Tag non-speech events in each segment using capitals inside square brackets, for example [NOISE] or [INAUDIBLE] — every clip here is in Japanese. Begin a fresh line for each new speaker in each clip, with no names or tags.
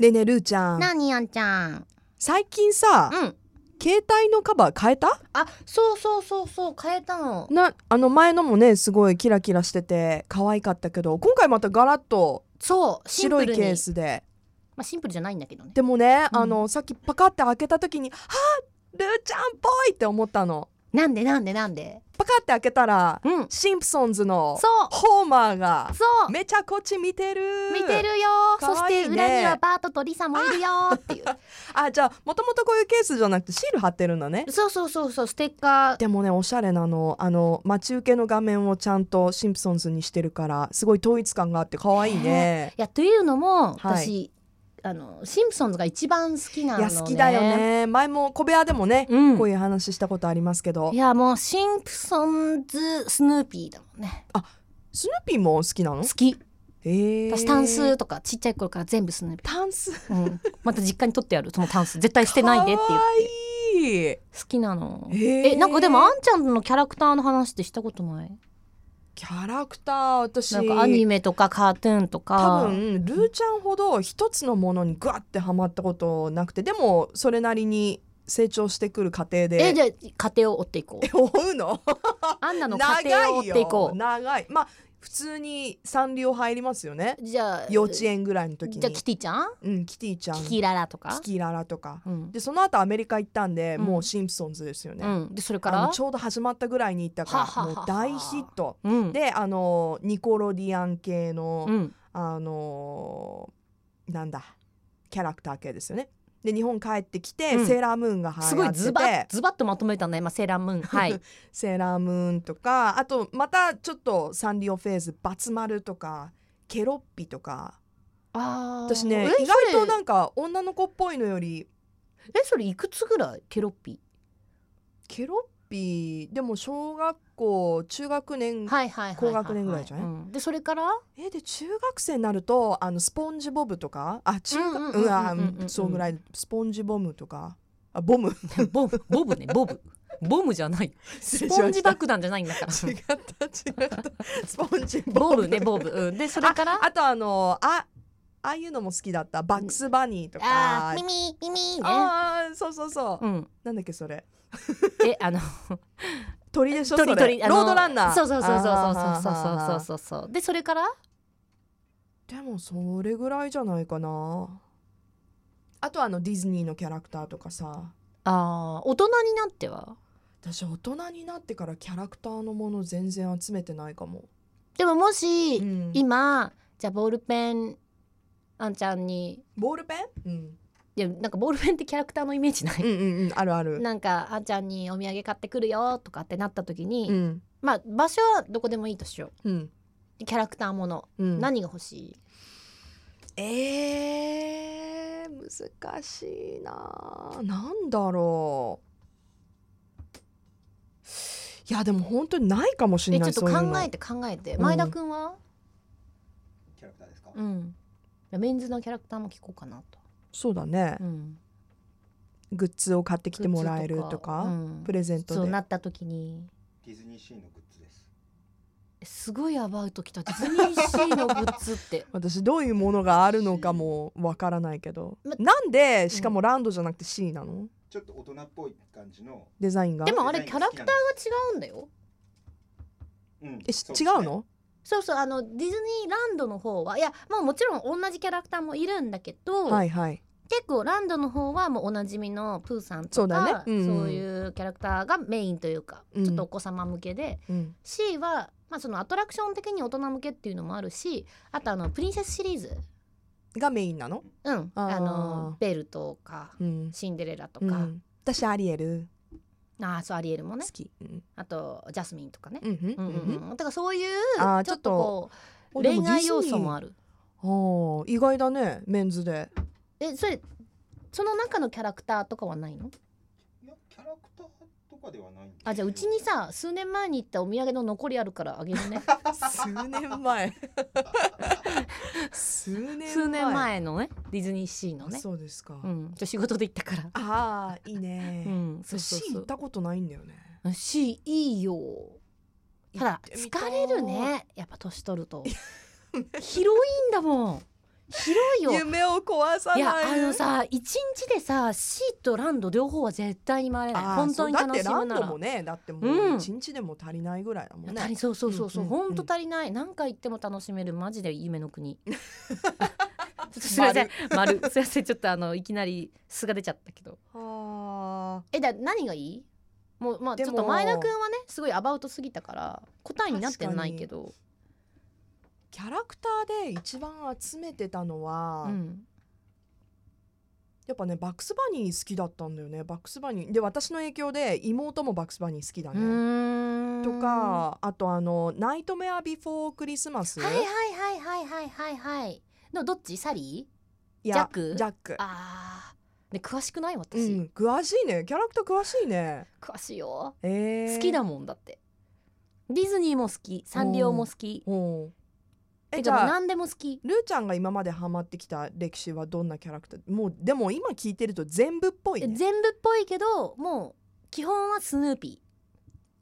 でねるーちゃん
なにやんちゃん。
最近さ、
うん。
携帯のカバー変えた
あ、そうそうそうそう、変えたの。
なあの前のもねすごいキラキラしてて可愛かったけど今回またガラッと
そう、シン
白
プ
い
ル
ケ
に
ー。スで
まあ、シンプルじゃないんだけどね。
でもね、
うん
あのさっきパカって開けた時に「はあルーちゃんっぽい!」って思ったの
なんでなんでなんで。
パカって開けたら
うん。
シンプソンズの
そう。
ホーマーが
そう。
めちゃこっち見てる
見てるよ
かわ
そし
いいね
て裏にはバートとリサもいるよっていう。
あじゃあもともとこういうケースじゃなくてシール貼ってるんだね
そうそうそうそう、ステッカー。
でもねおしゃれなのあの待ち受けの画面をちゃんとシンプソンズにしてるからすごい統一感があって可愛いね
いや、というのも、
はい
私、あの、シンプソンズが一番好きないの、ね。
や好きだよ。ね前も小部屋でもね、
うん
こう。いう話したことありますけど
いやもうシンプソンズスヌーピーだもんね
スヌーピーも好きなの
好き
へー
私タンスとかちっちゃい頃から全部スヌーピ
タンス
ー、うん、また実家に取ってやるそのタンス絶対捨てないでって言って
て
好きなの
いへー
えなんかでもあんちゃんのキャラクターの話ってしたことない
キャラクター私
なんかアニメとかカートゥーンと
多
か
分ルーちゃんほど一つのものにグワッてハマったことなくてでもそれなりに成長してくる過程で
えじゃあ家庭を追っていこ
[LAUGHS]
う
え追うの
アンナの家庭を
長
追
い
っていこ
よ長いまあ普通にサンリオ入りますよね
うじゃあ
幼稚園ぐらいの時に
じゃあキティちゃん
うん、キティちゃん
キキララとか
キ、キララとか
うん
でその後アメリカ行ったんで、
うん
もうシンプソンズですよね、
うん、でそれか
あ
ら
のちょうど始まったぐらいに行った
は
から
はは
もう
は
大ヒット
うん
であのニコロディアン系の、
うん
あのなんだキャラクター系ですよねで日本帰ってきて、
うん
セーラームーンが流
すご
行
い
ってて
ズバッズバッとまとめたね、まあ、セーラームーンはい
[LAUGHS] セーラームーンとかあとまたちょっとサンリオフェーズバツ丸とかケロッピとか
あー
私ね
え
意外
そ
と
れ
なんか女の子っぽいのより
えそれいくつぐらいケロッピ
ケロッピでも小学校中学年、
はいはいはいはいはい
高学年ぐらいじゃない
うんでそれから
えで中学生になるとあのスポンジボブとかあ中学
うんうんうんうんうん
うわそうぐらいスポンジボムとかあボム
[LAUGHS] ボブボブねボブボムじゃないス
失礼しました
ポンジ爆弾じゃないんだから
違った違ったスポンジボム
[LAUGHS] ボブねボブ、うん、でそれから
あとあのあああいうのも好きだったバックスバニーとか、
あー耳耳ね
あーそうそうそう、
うん
なんだっけそれ
え [LAUGHS] あの
鳥でしょそれ
鳥鳥あの
ロードランナー
そうそうそうそうそう
あー
そうそうそうそうそうでそれから
でもそれぐらいじゃないかなあとあのディズニーのキャラクターとかさ
あー大人になっては
私大人になってからキャラクターのもの全然集めてないかも、
でももし、
うん
今じゃあボールペンあんちゃんに
ボールペン、うん、
いやなんかボールペンってキャラクターのイメージな
う
い
んうんうんあるある
なんかあんちゃんにお土産買ってくるよとかってなった時に、
うん
まあ場所はどこでもいいとしよ
うん
うキャラクターもの、
うん
何が欲しい
えー、難しいななんだろういやでも本当にないかもしれ
え
な
ちょ
い
っと
そういうの
考えて考えて
うん
前田くんは
キャラクターですか、
うんメンズのキャラクターも聞こうかなと、
そうだね
う、ん、
グッズを買ってきてもらえるとか
うん
プレゼント
そう
で
なった時に
ディズニーシーのグッズです
すごいアバウトきたディズニーシーのグッズって
私どういうものがあるのかもわからないけど、
ま
なんでしかもランドじゃなくて C なの、
ちょっと大人っぽい感じの
デザインが
でもあれキャラクターが
が
違うんだよ
うん
えし
そうです
違
ね
うの
そうそうあのディズニーランドの方はいやまあもちろん同じキャラクターもいるんだけど、
はいはい
結構ランドの方はもうおなじみのプーさんとか
そうだねうん
そういうキャラクターがメインというか、
うん
ちょっとお子様向けで
うん
C は、まあ、そのアトラクション的に大人向けっていうのもあるしあとあのプリンセスシリーズ、
がメインなの
うん、
あ
あ
ー
のベルとか
うん
シンデレラと
う
か、
ん私アリエル
あーそうアリエルも
好
ね
き、うん
あとジャスミンとかね。
うんうん
うんうんうんだからそういう
あー
ちょっとこう
あでも
恋愛要素もあ
ディズニー
る。
あー意外だねメンズで
えそれその中のキャラクターとかはないの
いやキャラクターとかではないんですけど
あじゃあうちにさ数年前に行ったお土産の残りあるからあげ
[LAUGHS]
るね
数年前数年前
数年前のねディズニーシーの
あ
ね
そうですか、
うんちょ仕事で行ったから
ああいいね、
うんそ
そう
そうそ
行っ
う
たことないんだよね
C いいよただ
行ってみたい
疲れるねやっぱ年取ると広いんだもん広いよ
夢を壊さないい
やあのさ一日でさシーとランド両方は絶対に回れない
あー
本当に
そうだっ
楽
て
し
ラ
む
ン
な
ド
ら
も。ねだっても
うん
う一日でも足りないぐらいだもんね、
足りそうそうそうそう、
うんうんうん
ほんと足りない何回行っても楽しめるマジで夢の [LAUGHS] 国ちょっとすいません丸すいませんちょっとあのいきなり素が出ちゃったけど
は
えだ何がいいもうまあち
で
ょ
も
っと前田くんはねすごいアバウトすぎたから答えになってないけど、
ーキャラクターで一番集めてたのは、
うん、
やっぱねバックスバニー好きだったんだよねバックスバニーで私の影響で妹もバックスバニー好きだ
う
ね、
ーん
とかあとあの「ナイトメアビフォークリスマス」
はいはいはいはいはいはいはいのどっちサリー
い
ジャック
ジャック
あーで詳しくない私、
うん詳しいねキャラクター詳しいね
詳しいよ
えー、
好きだもんだってディズニーも好きサンリオも好き
もんえ
て
じ
かもう
ゃあ
何でも好き
ルーちゃんが今までハマってきた歴史はどんなキャラクターもうでも今聞いてると全部っぽい、ね、
全部っぽいけどもう基本はスヌーピ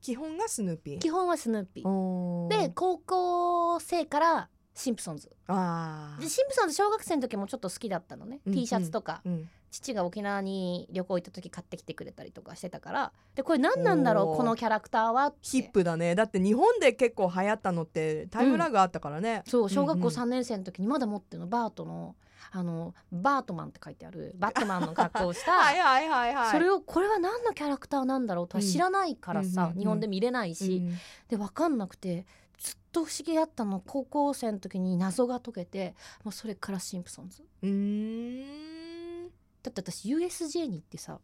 基本がスヌーピ
ー
ー
基本はスヌーピー
おー
で高校生からシンプソンズ
あ
で
ー
シンプソンズ小学生の時もちょっと好きだったのね、
うん
T シャツとか
うん、
父が沖縄に旅行行った時買ってきてくれたりとかしてたからでこれ何なんだろ
お
う
ー
このキャラクターはって
ヒップだねだって日本で結構流行ったのってタイムラグあったからね、
そう小学
うんう
校
ん
3年生の時にまだ持ってるのバートのあのバートマンって書いてあ
[LAUGHS]
るバットマンの格好をし
はい
た
はいはいはい
それをこれは何のキャラクターなんだろうとは知らないから
うんうん
さ
うん
日本で見れないし
うん
で分かんなくてずっと不思議だったの高校生の時に謎が解けてもうそれからシンプソンズ
うーん
だって私 USJ に行ってさ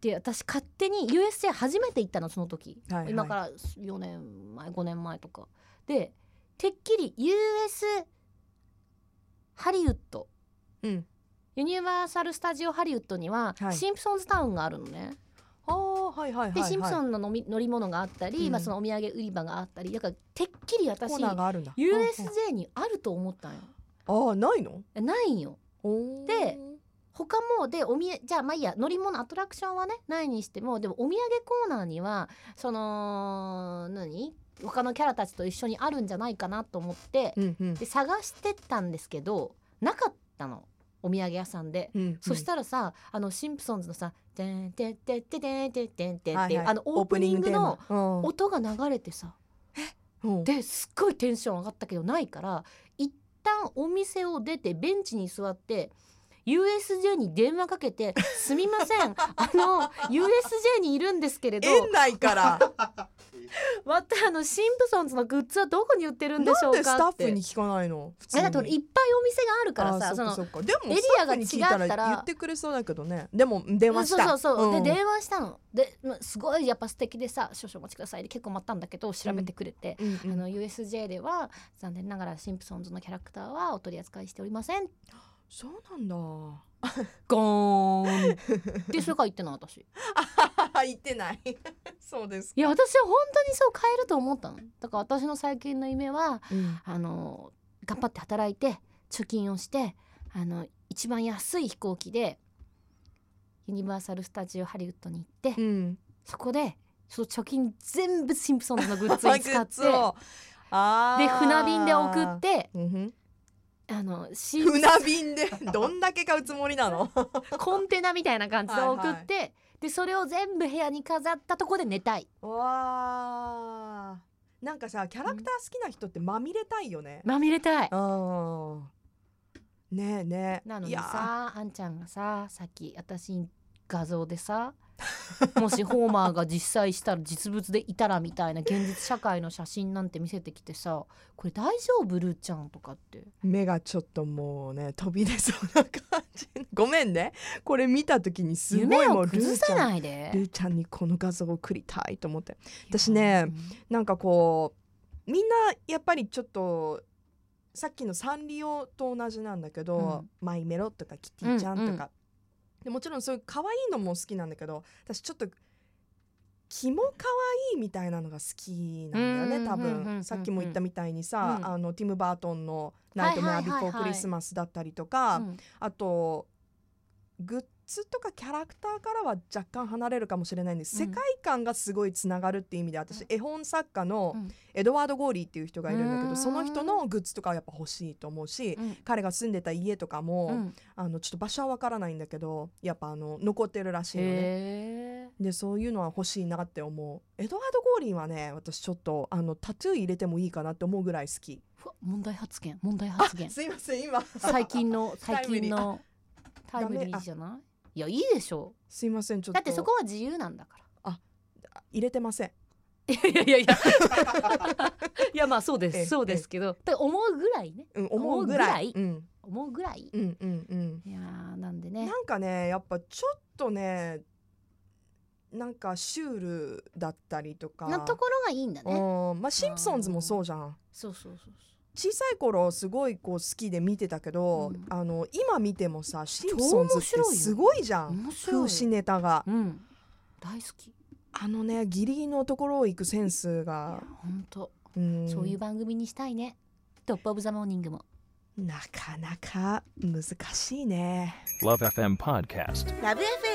で私勝手に USJ 初めて行ったのその時、
はいはい
今から4年前5年前とかでてっきり US ハリウッド
うん
ユニバーサル・スタジオ・ハリウッドには
はい
シンプソンズタウンがあるのね、
あーはいはいはい、
で
はい、
シンプソンの飲み乗り物があったり、
うん
まあ、そのお土産売り場があったりだからてっきり
コ
私
ーナーがあるんだ
USJ にあると思ったんよ
ああないの
ないんよ
おー
で他もでおみえじゃあまあいいや乗り物アトラクションはねないにしてもでもお土産コーナーにはその何他のキャラたちと一緒にあるんじゃないかなと思って
うんうん
で探してったんですけどなかったのお土産屋さんで。
うんうん
そしたらさ、あのシンプソンズのさ「てんてんてんてんてんてんてんてん」っ
は
て
い
いう
はい
あのオープニングの
オープニングテーマうん
音が流れてさ
うん
ですっごいテンション上がったけどないから一旦お店を出てベンチに座って USJ に電話かけて「すみませ
[LAUGHS]
んあの USJ にいるんですけれど
園内から
またあのシンプソンズのグッズはどこに売ってるんでしょ
なん
う
でスタ
か」っ
ッフ
て
に。聞かないの普通
え
に
だって俺いっぱいお店があるから
あ
さ
ー
その
っかっかでも
エリアが違
スタッフに聞いた
った
ら
ら
言ってくれそうだけどねでも電話し
そ
た
うそうそう、
ん
で電話したのでますごいやっぱ素敵でさ「少々お待ちください」で結構待ったんだけど調べてくれて、
うんうん
あの USJ では残念ながらシンプソンズのキャラクターはお取り扱いしておりません
そうなんだ
ゴーンでそれから言ってない私い
言ってない
[LAUGHS]
そうです
や私は本当にそう変えると思ったのだから私の最近の夢は
うん
あの頑張って働いて貯金をしてあの一番安い飛行機でユニバーサル・スタジオ・ハリウッドに行って、
うん
そこでその貯金全部シンプソンズのグッズ
グ
に使
ッ
って
ズをあー
で船便で送って
うんふん
あのシンプソン
船便でどんだけ買うつもりなの
コンテナみたいな感じで送ってでそれを全部部屋に飾ったとこで寝たい
わーなんかさキャラクター好きな人ってまみれたいよね
まみれたい
うんねえねえ
なの
い
に
やー
さあんちゃんがささっき私に画像でさ [LAUGHS] もしホーマーが実際したら実物でいたらみたいな現実社会の写真なんて見せてきてさこれ大丈夫ルーちゃんとかって
目がちょっともうね飛び出そうな感じ [LAUGHS] ごめんねこれ見た時にすご
夢
いも
を
うル
崩
ーち
さ
ゃん
ないで
ルーちゃんにこの画像を送りたいと思って私ねなんかこうみんなやっぱりちょっとさっきのサンリオと同じなんだけど、マイメロとかキティちゃんとか、
うんうん
でもちろんそういう可愛いのも好きなんだけど私ちょっとキモ可愛いみたいなのが好きなんだよ
うん
ね多
うんうんうんう
分
ん
さっきも言ったみたいにさ、
うん
あのティム・バートンの「ナイトメアビフォークリスマス」だったりとか、
うん
あとグッツとかキャラクターからは若干離れるかもしれないんです、
うん
世界観がすごいつながるっていう意味で私絵本作家の
うん
エドワード・ゴーリーっていう人がいるんだけ
うー
ど
ん
その人のグッズとかはやっぱ欲しいと思うし、
うん
彼が住んでた家とかも、
うん
あのちょっと場所はわからないんだけどやっぱあの残ってるらしいのね。
へえ
でそういうのは欲しいなって思うエドワード・ゴーリーはね私ちょっとあのタトゥー入れてもいいかなって思うぐらい好き
ふわ問題発言問題発言
すいません今
最近の
タ
最
イムリー
近のタイムリ
ダメあ
ーじゃないいやいいでしょ
すいませんちょっと
だってそこは自由なんだから
入れてません
いやいやいや [LAUGHS] いやまあそうで
ええ
すそうですけどだから思うぐらいね
うん、思うぐらい
思うぐらい
うん、
思うぐらい
うんうんうん
いやーなんでね
なんかねやっぱちょっとねなんかシュールだったりとか
のところがいいんだね
うんまあシンプソンズもそうじゃん
そうそうそう
小さい頃すごいこう好きで見てたけど、
うん
あの今見てもさシンプソンズって
超面白いよ
すごいじゃ
そうん面白
風刺
い
ネタが
うん大好きい
あのねギリギリのところを行くセンスが
や、本当
うん、
そういう番組にしたいねトップオブザモーニングも
なかなか難しいね
Love FM Podcast.
ラブ f